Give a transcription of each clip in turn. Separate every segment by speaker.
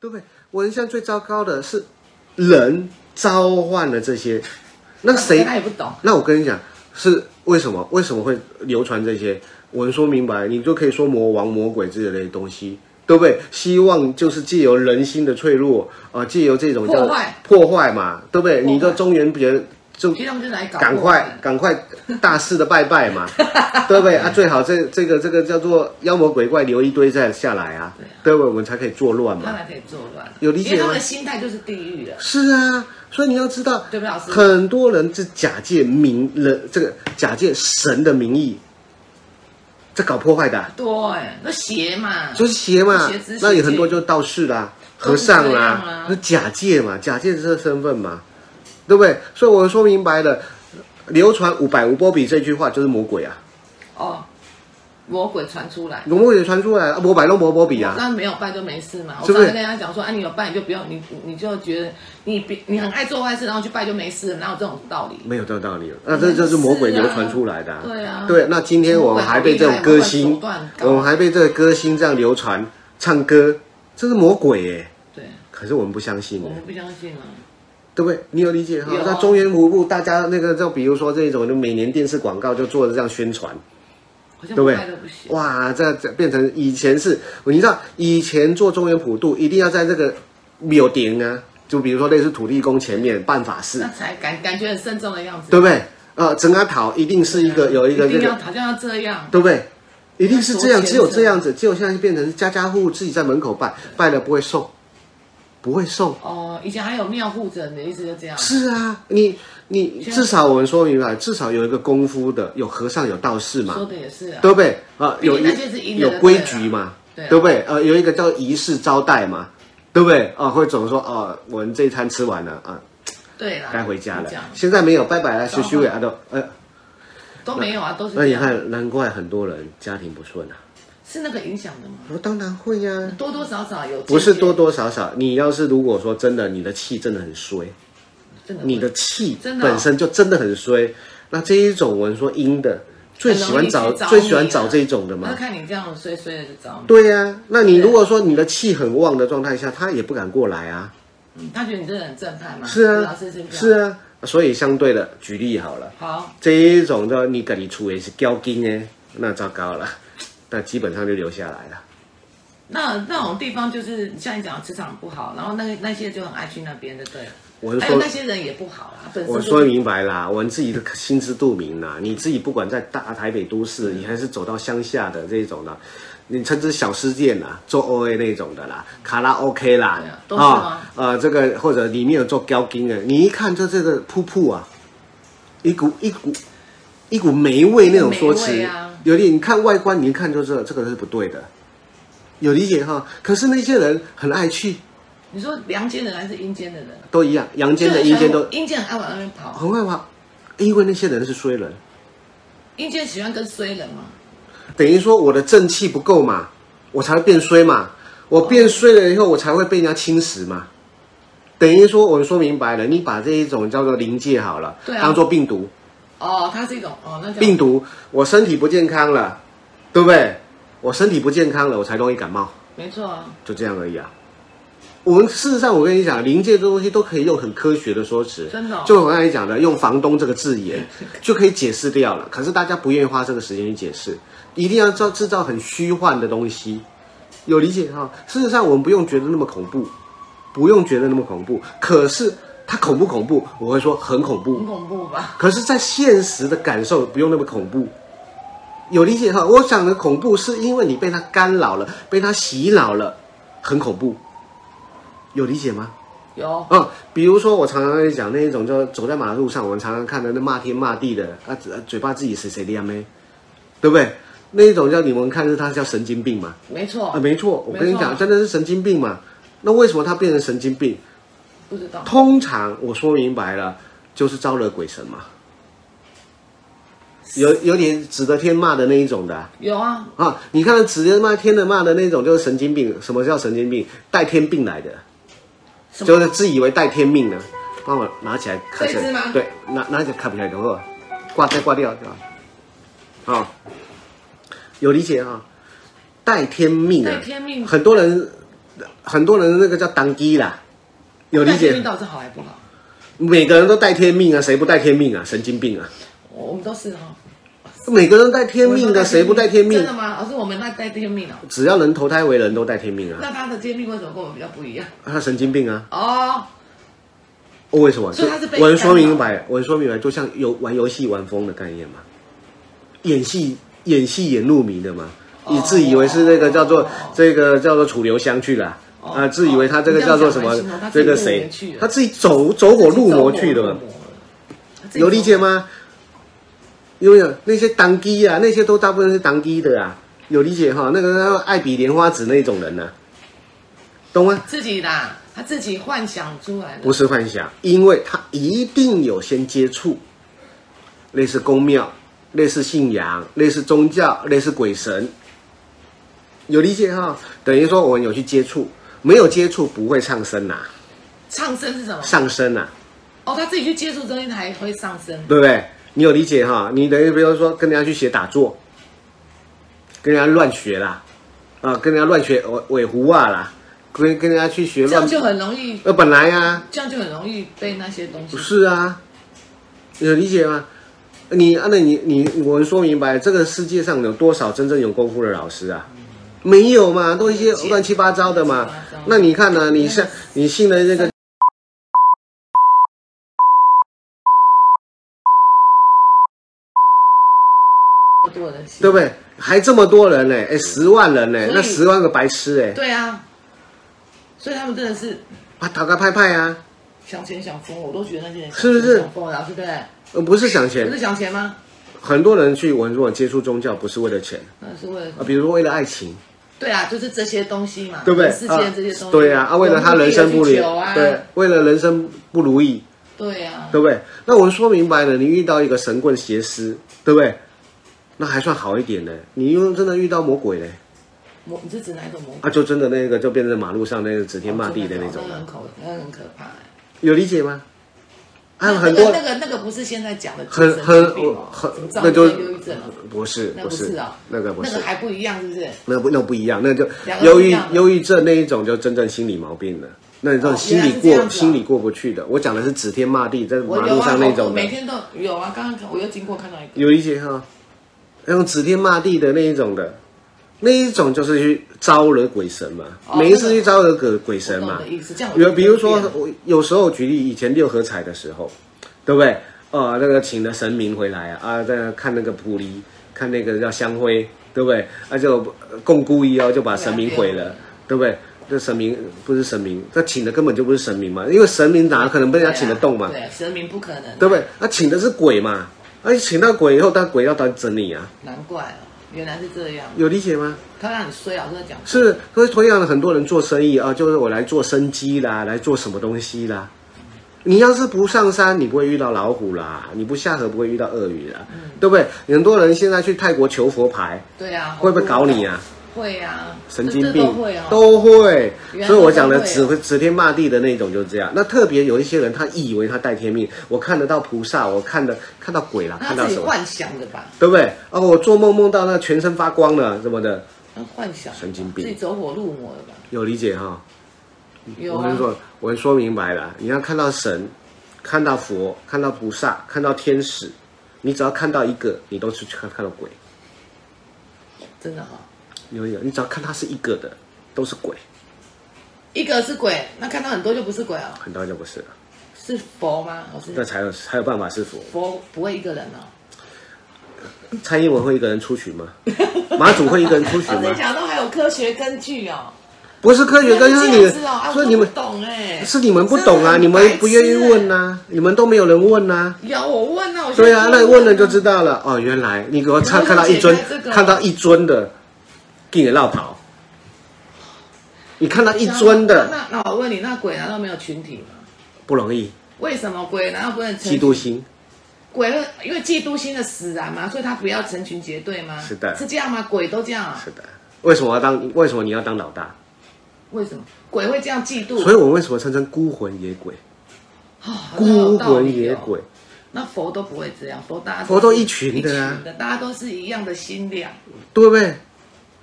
Speaker 1: 对不对？我印象最糟糕的是人召唤了这些，那谁
Speaker 2: 他也不懂，
Speaker 1: 那我跟你讲，是为什么？为什么会流传这些？我们说明白，你就可以说魔王、魔鬼之类的东西，对不对？希望就是借由人心的脆弱，呃，借由这种叫
Speaker 2: 破坏
Speaker 1: 破坏嘛，对不对？
Speaker 2: 破坏
Speaker 1: 你的中原别人就
Speaker 2: 其实他们就来搞
Speaker 1: 赶
Speaker 2: 破
Speaker 1: 快
Speaker 2: 坏
Speaker 1: 赶快大肆的拜拜 嘛，对不对啊？最好这这个这个叫做妖魔鬼怪留一堆再下来啊，对不对？我们才可以作乱
Speaker 2: 他
Speaker 1: 嘛。
Speaker 2: 才可以作乱，
Speaker 1: 有理解吗
Speaker 2: 因为他们的心态就是地狱了，
Speaker 1: 是啊，所以你要知道，
Speaker 2: 对不对，老师？
Speaker 1: 很多人是假借名人，这个假借神的名义，在搞破坏的啊、
Speaker 2: 对，欸那邪嘛，
Speaker 1: 就是邪嘛
Speaker 2: 邪之邪。
Speaker 1: 那有很多就道士啦、
Speaker 2: 都
Speaker 1: 和
Speaker 2: 是这样啊
Speaker 1: 尚啦，就假借嘛，假借这个身份嘛，对不对？所以我说明白了，流传五百无波比这句话就是魔鬼啊，
Speaker 2: 哦，魔鬼传出来。
Speaker 1: 魔鬼传出来啊，魔百弄魔波比啊，
Speaker 2: 那没有拜就没事嘛。我
Speaker 1: 是
Speaker 2: 上
Speaker 1: 不是
Speaker 2: 次跟他讲说，啊，你有拜你就不用，你你就觉得你别你很爱做坏事，然后去拜就没事了，哪有这种道理？
Speaker 1: 没有这个道理了。那这就是魔鬼
Speaker 2: 是啊
Speaker 1: 流传出来的、啊。
Speaker 2: 对啊，
Speaker 1: 对，那今天我们还被这种歌
Speaker 2: 魔
Speaker 1: 星
Speaker 2: 鬼好厉害魔鬼手段，高
Speaker 1: 我们还被这个歌星这样流传唱歌，这是魔鬼耶、
Speaker 2: 对，
Speaker 1: 可是我们不相信、
Speaker 2: 我
Speaker 1: 欸
Speaker 2: 们，不相信啊。
Speaker 1: 对不对？你有理解哈
Speaker 2: 有？啊
Speaker 1: 那中原湖部大家那个，就比如说这种，就每年电视广告就做的这样宣传，
Speaker 2: 好像
Speaker 1: 对不
Speaker 2: 不
Speaker 1: 对
Speaker 2: 拜都不？行。
Speaker 1: 哇，这这变成以前是，你知道以前做中原普渡一定要在这个庙顶啊，就比如说类似土地公前面办法事
Speaker 2: 那，才感感觉很慎重的样子，
Speaker 1: 对不对？呃，整阿桃一定是一个有一个
Speaker 2: 啊一
Speaker 1: 这
Speaker 2: 定要
Speaker 1: 个，
Speaker 2: 好像要这样，
Speaker 1: 对不对？一定是这样，
Speaker 2: 要
Speaker 1: 只有
Speaker 2: 走虔诚
Speaker 1: 这样子，只有现在变成家家户户自己在门口拜，拜了不会送，不会送。
Speaker 2: 哦，以前还有庙护着你的意思就这样，
Speaker 1: 是啊，你你
Speaker 2: 像
Speaker 1: 至少我们说明白，至少有一个功夫的，有和尚有道士嘛，
Speaker 2: 说的也是啊，
Speaker 1: 对不对？啊，
Speaker 2: 毕
Speaker 1: 有
Speaker 2: 竟
Speaker 1: 一
Speaker 2: 那些是阴的
Speaker 1: 有
Speaker 2: 对啊
Speaker 1: 规矩嘛，
Speaker 2: 对啊
Speaker 1: 不对？呃，有一个叫仪式招待嘛，对不对？啊，或者总说哦，我们这一餐吃完了啊，
Speaker 2: 对啦，
Speaker 1: 该回家了
Speaker 2: 这样。
Speaker 1: 现在没有，拜拜了，休休呀，都呃，
Speaker 2: 都没有啊，都是
Speaker 1: 那
Speaker 2: 这
Speaker 1: 你
Speaker 2: 样，
Speaker 1: 看，难怪很多人家庭不顺啊。
Speaker 2: 是那个影响的吗？
Speaker 1: 我说当然会呀、
Speaker 2: 多多少少有，
Speaker 1: 不是多，多少少，你要是如果说真的，你的气真的很衰，
Speaker 2: 真的会
Speaker 1: 你的气
Speaker 2: 真的哦
Speaker 1: 本身就真的很衰。那这一种我们说阴的，最喜欢找
Speaker 2: 很容易去找
Speaker 1: 最喜欢
Speaker 2: 你啊
Speaker 1: 找这一种的嘛
Speaker 2: 那。看你这样衰衰的就找你，
Speaker 1: 对呀、那你如果说你的气很旺的状态下，他也不敢过来啊。
Speaker 2: 嗯他觉得你这个人正派嘛，
Speaker 1: 是啊
Speaker 2: 老师是，这样，
Speaker 1: 是啊。所以相对的，举例好了，
Speaker 2: 好，
Speaker 1: 这一种的你跟你处也是交金呢，那糟糕了，那基本上就留下来了。
Speaker 2: 那那种地方就是像你讲的磁场不好，然后那个那些就很爱去那边的，对了，
Speaker 1: 我是
Speaker 2: 还有
Speaker 1: 说
Speaker 2: 那，些人也不好啊，本身
Speaker 1: 我
Speaker 2: 就是
Speaker 1: 说明白啦，我们自己的心知肚明啦。你自己不管在大台北都
Speaker 2: 嗯
Speaker 1: 市，你还是走到乡下的这种的，你称之小吃店啦，做 O A 那种的啦，卡拉 O、k 啦
Speaker 2: 对啊，都是
Speaker 1: 啊
Speaker 2: 吗、
Speaker 1: 呃，这个或者里面有做高筋的，你一看就这个瀑布啊，一股一股一股霉味那种说
Speaker 2: 霉
Speaker 1: 辞，
Speaker 2: 味啊
Speaker 1: 有点你看外观，你一看就知道这个是不对的，有理解哈？可是那些人很爱去，
Speaker 2: 你说阳间的人还是阴间的人？
Speaker 1: 都一样，阳间的阴间都
Speaker 2: 就很喜欢阴间很爱往那边跑，
Speaker 1: 很害怕，因为那些人是衰人。
Speaker 2: 阴间喜欢跟衰人嘛，
Speaker 1: 等于说我的正气不够嘛，我才会变衰嘛。我变衰了以后，我才会被人家侵蚀嘛。等于说，我们说明白了，你把这一种叫做临界好了，
Speaker 2: 对啊
Speaker 1: 当做病毒，
Speaker 2: 哦，它是一种哦，那叫
Speaker 1: 病毒，我身体不健康了，对不对？我身体不健康了，我才容易感冒，
Speaker 2: 没错啊，
Speaker 1: 就这样而已啊。我们事实上，我跟你讲，临界这东西都可以用很科学的说辞，
Speaker 2: 真的哦
Speaker 1: 就我刚才讲的，用房东这个字 眼就可以解释掉了。可是大家不愿意花这个时间去解释，一定要造制造很虚幻的东西，有理解哈、事实上，我们不用觉得那么恐怖，不用觉得那么恐怖。可是它恐不恐怖？我会说很恐怖
Speaker 2: 很。恐怖吧？
Speaker 1: 可是，在现实的感受不用那么恐怖，有理解哈？我讲的恐怖是因为你被它干扰了，被它洗脑了，很恐怖，有理解吗？
Speaker 2: 有
Speaker 1: 嗯，比如说我常常会讲那一种，就走在马路上，我们常常看到那骂天骂地的，啊，嘴嘴巴自己谁谁的呀没，对不对？那一种叫你们看是他叫神经病嘛？
Speaker 2: 没错
Speaker 1: 啊，，没错，我跟你
Speaker 2: 没错
Speaker 1: 讲，真的是神经病嘛。那为什么他变成神经病？
Speaker 2: 不知道
Speaker 1: 通常我说明白了，就是招惹鬼神嘛，有有点指着天骂的那一种的啊
Speaker 2: 有啊，
Speaker 1: 啊你看指着骂天的骂的那种就是神经病。什么叫神经病？带天病来的。
Speaker 2: 什
Speaker 1: 就
Speaker 2: 么
Speaker 1: 是自以为带天命呢，帮我拿起来看起
Speaker 2: 这一只
Speaker 1: 来
Speaker 2: 吗，
Speaker 1: 对，拿拿起来看不起来，等会儿挂再挂掉，对吧？啊、有理解啊、带天命啊，
Speaker 2: 带天命
Speaker 1: 很多人很多人那个叫当机啦，有理
Speaker 2: 带天
Speaker 1: 解
Speaker 2: 命？到底是好还不好？
Speaker 1: 每个人都带天命啊，谁不带天命啊？神经病啊！
Speaker 2: 我我们都是哈，
Speaker 1: 每个人带天命的，谁不带天
Speaker 2: 真
Speaker 1: 命
Speaker 2: 的？吗？老师，我们那带天命哦。
Speaker 1: 只要人投胎为人都带天命啊，
Speaker 2: 那他的天命为什么跟我们比较不一样？
Speaker 1: 他神经病啊！哦
Speaker 2: 哦，
Speaker 1: 为什么？
Speaker 2: 所以他是被
Speaker 1: 我能说明白，我能说明白，就像游玩游戏玩疯的概念嘛，演戏演戏演入迷的嘛，
Speaker 2: 哦
Speaker 1: 你自以为是那个叫做
Speaker 2: 哦
Speaker 1: 这个叫做楚留香去了
Speaker 2: 哦
Speaker 1: 啊，自以为他这个叫做什么
Speaker 2: 你这样讲还行哦他自
Speaker 1: 这
Speaker 2: 己
Speaker 1: 个
Speaker 2: 入
Speaker 1: 谁
Speaker 2: 迷去了，
Speaker 1: 他自己走走火入魔去的嘛，
Speaker 2: 自己
Speaker 1: 有理解吗？有没有那些当机啊？那些都大部分是当机的啊，有理解哈？那个那个爱比莲花指那种人呢、懂吗？
Speaker 2: 自己啦，他自己幻想出来的。
Speaker 1: 不是幻想，因为他一定有先接触，类似宫庙、类似信仰、类似宗教、类似鬼神，有理解哈？等于说我们有去接触，没有接触不会上升呐、
Speaker 2: 上升是什么？
Speaker 1: 上啊升呐、
Speaker 2: 哦，他自己去接触东西才会上升。
Speaker 1: 对不对？你有理解哈？你等于比如说跟人家去学打坐，跟人家乱学啦，啊，跟人家乱学尾尾胡啊啦，跟跟人家去学
Speaker 2: 这
Speaker 1: 乱
Speaker 2: 样，就很容易，
Speaker 1: 呃，本来啊，
Speaker 2: 这样就很容易被那些东西
Speaker 1: 不。是啊，有理解吗？你啊，那你你我们说明白，这个世界上有多少真正有功夫的老师啊？没有嘛，都一些乱七八糟的嘛
Speaker 2: 乱七八糟。
Speaker 1: 那你看呢、你像你信的那个
Speaker 2: 多人信
Speaker 1: 对不对？还这么多人呢、哎，十万人呢、
Speaker 2: 所以
Speaker 1: 那十万个白痴哎、
Speaker 2: 对啊，所以他们真的是
Speaker 1: 啊，打个拍拍啊，
Speaker 2: 想钱想疯，我都觉得那些人想
Speaker 1: 是不是
Speaker 2: 钱想疯了，老师对不对？
Speaker 1: 呃，不是想
Speaker 2: 不
Speaker 1: 钱，
Speaker 2: 是想钱吗？
Speaker 1: 很多人去文弱接触宗教不是为了钱
Speaker 2: 那是为了
Speaker 1: 啊，比如说为了爱情，
Speaker 2: 对啊，就是这些东西嘛，
Speaker 1: 对不对？
Speaker 2: 世界这些东西，
Speaker 1: 啊对啊，啊，为了他人生不
Speaker 2: 努
Speaker 1: 如
Speaker 2: 力地去求啊，
Speaker 1: 对，为了人生不如意，
Speaker 2: 对啊，
Speaker 1: 对不对？那我们说明白了，你遇到一个神棍邪师，对不对？那还算好一点呢。你又真的遇到魔鬼嘞，
Speaker 2: 魔你是指哪一种魔？
Speaker 1: 啊，就真的那个就变成马路上那个指天骂地的那种啊
Speaker 2: 那很
Speaker 1: 了，
Speaker 2: 可，那很可怕欸。
Speaker 1: 有理解吗？还有
Speaker 2: 那
Speaker 1: 很多
Speaker 2: 那个那个不是现在讲的
Speaker 1: 很
Speaker 2: 精神
Speaker 1: 很
Speaker 2: 疾病哦
Speaker 1: 很
Speaker 2: 什么躁
Speaker 1: 那
Speaker 2: 郁
Speaker 1: 就
Speaker 2: 症忧郁症哦，
Speaker 1: 不是
Speaker 2: 那
Speaker 1: 不
Speaker 2: 不
Speaker 1: 是
Speaker 2: 是啊，
Speaker 1: 那个不
Speaker 2: 那
Speaker 1: 是
Speaker 2: 个还不一样，是不是？
Speaker 1: 那不那不一样，那就
Speaker 2: 两个
Speaker 1: 忧
Speaker 2: 不一
Speaker 1: 郁
Speaker 2: 样的
Speaker 1: 忧郁症那一种就真正心理毛病了。那你这种
Speaker 2: 哦
Speaker 1: 心理
Speaker 2: 原来是这
Speaker 1: 过、
Speaker 2: 样子啊
Speaker 1: 心理过不去的，我讲的是指天骂地，在
Speaker 2: 我
Speaker 1: 马
Speaker 2: 有
Speaker 1: 路
Speaker 2: 啊，
Speaker 1: 上那种
Speaker 2: 我
Speaker 1: 的
Speaker 2: 每，天都有啊。刚刚我又经过看到一个，
Speaker 1: 有理解哈？那种指天骂地的那一种的，那一种就是去招惹鬼神嘛，
Speaker 2: 哦
Speaker 1: 每一次去招惹鬼鬼神
Speaker 2: 懂
Speaker 1: 嘛
Speaker 2: 的。意思。这样我就
Speaker 1: 有比如说
Speaker 2: 不变了，
Speaker 1: 我有时候举例，以前六合彩的时候，对不对？呃，那个请了神明回来啊，啊，在那看那个普璃，看那个叫香灰，对不对？啊，就呃共孤一哦，就把神明毁了，对啊不对？这神明不是神明，他请的根本就不是神明嘛，因为神明哪可能被人家请得动嘛，
Speaker 2: 对啊，对啊神明不可能，
Speaker 1: 对不对？他、请的是鬼嘛，而、且请到鬼以后，但鬼要当整你啊，
Speaker 2: 难怪哦，原来是这样。
Speaker 1: 有理解吗？
Speaker 2: 他让你衰，老啊师在讲，
Speaker 1: 是，所以同样的，很多人做生意啊，就是我来做生机啦，来做什么东西啦。你要是不上山，你不会遇到老虎啦，你不下河不会遇到鳄鱼啦，
Speaker 2: 嗯
Speaker 1: 对不对？很多人现在去泰国求佛牌，
Speaker 2: 对啊，
Speaker 1: 会不会搞你？啊？
Speaker 2: 会啊，
Speaker 1: 神经
Speaker 2: 这
Speaker 1: 病
Speaker 2: 都会啊，
Speaker 1: 都会
Speaker 2: 原来
Speaker 1: 所以我讲的
Speaker 2: 都会啊
Speaker 1: 指挥指天骂地的那种就是这样。那特别有一些人，他以为他带天命，我看得到菩萨，我看得看到鬼啦，
Speaker 2: 那
Speaker 1: 看
Speaker 2: 他
Speaker 1: 到
Speaker 2: 自己
Speaker 1: 什么，
Speaker 2: 幻想的吧？
Speaker 1: 对不对？哦，我做梦梦到那全身发光了什么的，
Speaker 2: 他幻想的吧
Speaker 1: 神经病
Speaker 2: 自己走火入魔了吧？
Speaker 1: 有理解哈、
Speaker 2: 有
Speaker 1: 我
Speaker 2: 啊
Speaker 1: 跟你，说，我跟你说明白了，你要看到神，看到佛，看到菩萨，看到天使，你只要看到一个，你都是看看到鬼。
Speaker 2: 真的哈、啊
Speaker 1: 有有，你只要看他是一个的，都是鬼，
Speaker 2: 一个是鬼，那看到很多就不是鬼哦，
Speaker 1: 很多就不是了，
Speaker 2: 是佛吗？老师
Speaker 1: 那，才有才有办法是佛。
Speaker 2: 佛不会一个人哦。
Speaker 1: 蔡英文会一个人出局 吗？马祖会一个人出局
Speaker 2: 老
Speaker 1: 吗
Speaker 2: 师？讲都还有科学根据哦，
Speaker 1: 不是科学根据，
Speaker 2: 原来
Speaker 1: 你
Speaker 2: 是这样子哦啊、
Speaker 1: 所以
Speaker 2: 我
Speaker 1: 你们
Speaker 2: 不懂哎、
Speaker 1: 是你们不懂啊，
Speaker 2: 真的很
Speaker 1: 你们不愿意
Speaker 2: 白痴哎
Speaker 1: 问呐、啊，你们都没有人问呐、啊。
Speaker 2: 有我问啊，我
Speaker 1: 对啊，
Speaker 2: 现在
Speaker 1: 那你问了就知道了。哦，原来你给我看看到一尊
Speaker 2: 你了解，
Speaker 1: 看到一尊的，给你绕跑。你看到一尊的
Speaker 2: 那那我问你，那鬼难道没有群体吗？
Speaker 1: 不容易，
Speaker 2: 为什么鬼难道不能成
Speaker 1: 嫉妒心
Speaker 2: 鬼会因为嫉妒心的使然嘛，所以他不要成群结队吗？
Speaker 1: 是的
Speaker 2: 是这样吗？鬼都这样啊？
Speaker 1: 是的。为什么要当？为什么你要当老大？
Speaker 2: 为什么鬼会这样嫉妒？
Speaker 1: 所以我为什么称称孤魂野鬼？
Speaker 2: 啊好像有
Speaker 1: 孤
Speaker 2: 道理
Speaker 1: 魂野
Speaker 2: 哦
Speaker 1: 鬼，
Speaker 2: 那佛都不会这样，佛大家
Speaker 1: 佛都
Speaker 2: 是
Speaker 1: 一群的啊
Speaker 2: 一群的大家都是一样的心量，
Speaker 1: 对不对？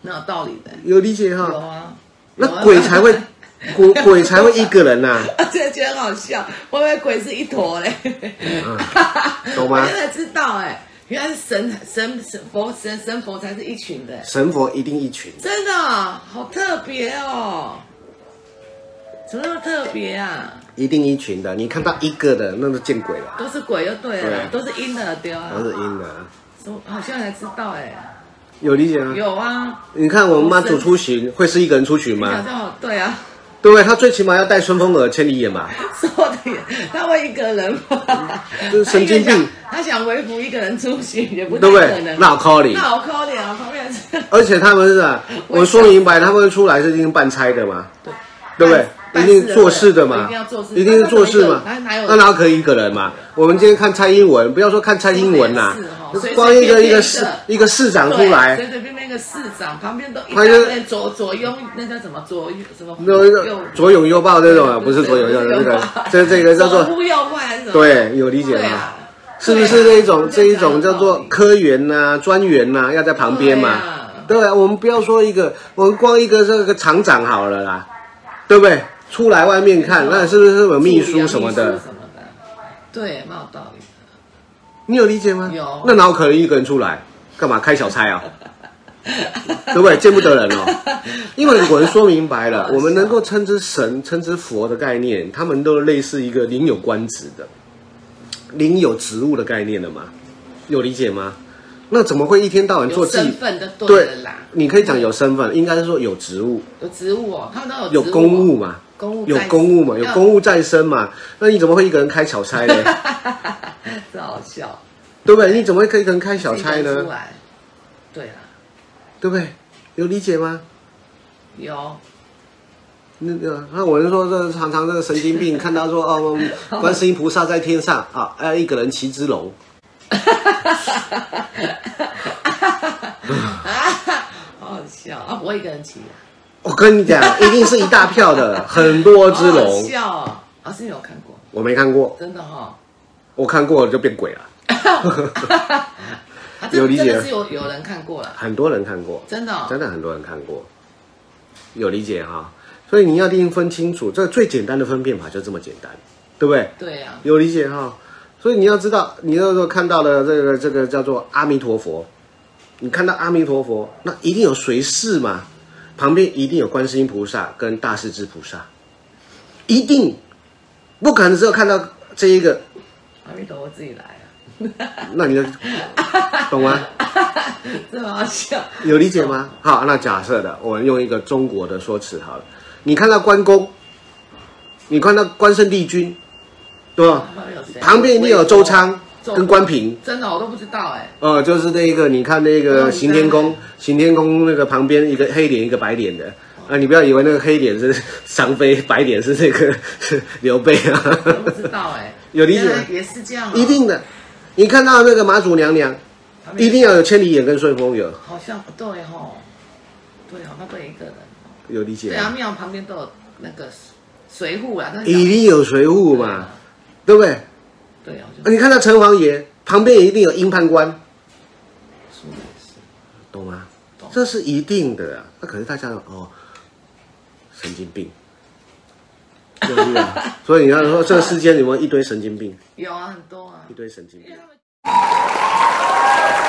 Speaker 2: 那有道理的，
Speaker 1: 有理解
Speaker 2: 有
Speaker 1: 哈？
Speaker 2: 啊。有啊
Speaker 1: 那鬼才会， 鬼鬼才会一个人呐、
Speaker 2: 我真的觉得很好笑，我以为鬼是一坨嘞，
Speaker 1: 嗯 懂吗
Speaker 2: 我现在知道哎、原来是神神神佛神神佛才是一群的、
Speaker 1: 神佛一定一群。
Speaker 2: 真的哦、好特别哦，怎么那么特别啊？
Speaker 1: 一定一群的，你看到一个的，那就见鬼了，
Speaker 2: 都是鬼就对了，都是阴的对啊
Speaker 1: 然，后是阴的啊，
Speaker 2: 什么好像才知道哎、
Speaker 1: 有理解吗？
Speaker 2: 有啊，
Speaker 1: 你看我们妈祖出巡会是一个人出巡
Speaker 2: 好
Speaker 1: 吗？
Speaker 2: 像好对啊，
Speaker 1: 对不对？他最起码要带顺风耳、千里眼吧？
Speaker 2: 说的也他会一个人吗？
Speaker 1: 这神经病
Speaker 2: 他一个想，他想微服一个人出行也不太
Speaker 1: 对不
Speaker 2: 可
Speaker 1: 对？
Speaker 2: 能，
Speaker 1: 那靠你
Speaker 2: 那！好可怜啊，旁边是
Speaker 1: 而且他们是啊，我说明白，他们出来是一定办差的嘛，
Speaker 2: 对
Speaker 1: 对不对？一
Speaker 2: 办
Speaker 1: 定做事的
Speaker 2: 对
Speaker 1: 嘛
Speaker 2: 一定要做，事，
Speaker 1: 一定是做事嘛
Speaker 2: 他哪有，
Speaker 1: 那哪可以一个人嘛？我们今天看蔡英文，不要说看蔡英文啦
Speaker 2: 是哦随，
Speaker 1: 光一
Speaker 2: 随
Speaker 1: 个
Speaker 2: 便
Speaker 1: 一个
Speaker 2: 便
Speaker 1: 市
Speaker 2: 的
Speaker 1: 一个市长出
Speaker 2: 对
Speaker 1: 来，
Speaker 2: 随随便便一个市长旁边都一
Speaker 1: 他
Speaker 2: 大
Speaker 1: 就
Speaker 2: 堆左左拥，那叫什么左右什么
Speaker 1: 那
Speaker 2: 右
Speaker 1: 个左拥右抱这种啊，不是左拥右抱，这个这这个叫做
Speaker 2: 左呼右唤还是什么？
Speaker 1: 对，有理解吗
Speaker 2: 对啊？，
Speaker 1: 是不是这一种这一种叫做科员呐、专员呐、要在旁边嘛
Speaker 2: 对啊？
Speaker 1: 对啊，我们不要说一个，我们光一个这个厂长好了啦，对不对？出来外面看，那是不是有秘书什么
Speaker 2: 助理啊
Speaker 1: 的
Speaker 2: 秘书？什么的？对，蛮有道理的。
Speaker 1: 你有理解吗？
Speaker 2: 有
Speaker 1: 那哪有可能一个人出来？干嘛开小差啊？对不对？见不得人 哦。因为我们说明白了，我们能够称之神、称之佛的概念，他们都类似一个领有官职的、领有职务的概念了嘛？有理解吗？那怎么会一天到晚做
Speaker 2: 有
Speaker 1: 自己
Speaker 2: 身？份的对
Speaker 1: 对
Speaker 2: 了啦，，
Speaker 1: 你可以讲有身份，应该是说有职务、
Speaker 2: 有职务哦，他们都
Speaker 1: 有
Speaker 2: 职
Speaker 1: 公
Speaker 2: 务
Speaker 1: 务
Speaker 2: 哦，
Speaker 1: 嘛，
Speaker 2: 公务
Speaker 1: 有
Speaker 2: 在嗯
Speaker 1: 公务嘛，有
Speaker 2: 要
Speaker 1: 公务在身嘛。 那你怎么会一个人开小差呢？
Speaker 2: 真好笑，
Speaker 1: 对不对？你怎么会可以一个人开小差
Speaker 2: 自己啊
Speaker 1: 呢
Speaker 2: 出？来，对啊，
Speaker 1: 对不对？有理解吗？
Speaker 2: 有
Speaker 1: 那个，那我是说，这常常这个神经病，看到说 哦，观世音菩萨在天上啊，哎，一个人骑只龙，
Speaker 2: 好好笑啊！不会一个人骑啊，
Speaker 1: 我跟你 讲，一定是一大票的，很多只
Speaker 2: 好好
Speaker 1: 龙，
Speaker 2: 笑哦啊！是你有看过，
Speaker 1: 我没看过，
Speaker 2: 真的哦哈，
Speaker 1: 我看过了就变鬼了，
Speaker 2: 啊，这
Speaker 1: 有理解
Speaker 2: 真的是有有人看过了，
Speaker 1: 很多人看过，
Speaker 2: 真的哦
Speaker 1: 真的很多人看过，有理解哈、所以你要一定分清楚，这最简单的分辨法就这么简单，对不对？
Speaker 2: 对啊呀，
Speaker 1: 有理解哈。所以你要知道，你那时候看到的这个这个叫做阿弥陀佛，你看到阿弥陀佛，那一定有随侍嘛，旁边一定有观世音菩萨跟大势至菩萨，一定不可能只有看到这一个，
Speaker 2: 阿弥陀佛自己来啊，
Speaker 1: 那你就懂吗？
Speaker 2: 真的好笑，
Speaker 1: 有理解吗？好，那假设的，我们用一个中国的说辞好了，你看到关公，你看到关圣帝君，对吧？
Speaker 2: 旁边有谁？
Speaker 1: 旁边一定有周仓跟关平。
Speaker 2: 真的我都不知道 哎，
Speaker 1: 呃，就是那一个，你看那
Speaker 2: 哦
Speaker 1: 个行天
Speaker 2: 你
Speaker 1: 宫，行天宫那个旁边一个黑脸一个白脸的，啊，你不要以为那个黑脸是 张飞，白脸是那个 刘备
Speaker 2: 我都不
Speaker 1: 啊，
Speaker 2: 知道哎，
Speaker 1: 有理解
Speaker 2: 原来也是这样哦，
Speaker 1: 一定的。你看到那个马祖娘娘，
Speaker 2: 旁边
Speaker 1: 一定要有千里眼跟顺风耳，
Speaker 2: 好像对吼，对哦，那对一个人。
Speaker 1: 有理解
Speaker 2: 对
Speaker 1: 吗？
Speaker 2: 啊，庙旁边都有那个水户啊，那
Speaker 1: 一定有水户嘛，对不对？啊
Speaker 2: 对啊，我就
Speaker 1: 你看到城隍爷旁边也一定有鹰判官，
Speaker 2: 说也是，
Speaker 1: 懂吗
Speaker 2: 懂？
Speaker 1: 这是一定的啊。那可是大家哦，神经病，对不对？所以你要说这世间有没有一堆神经病？
Speaker 2: 有啊，很多啊
Speaker 1: 一。堆神经
Speaker 2: 因
Speaker 1: 病
Speaker 2: 为。他们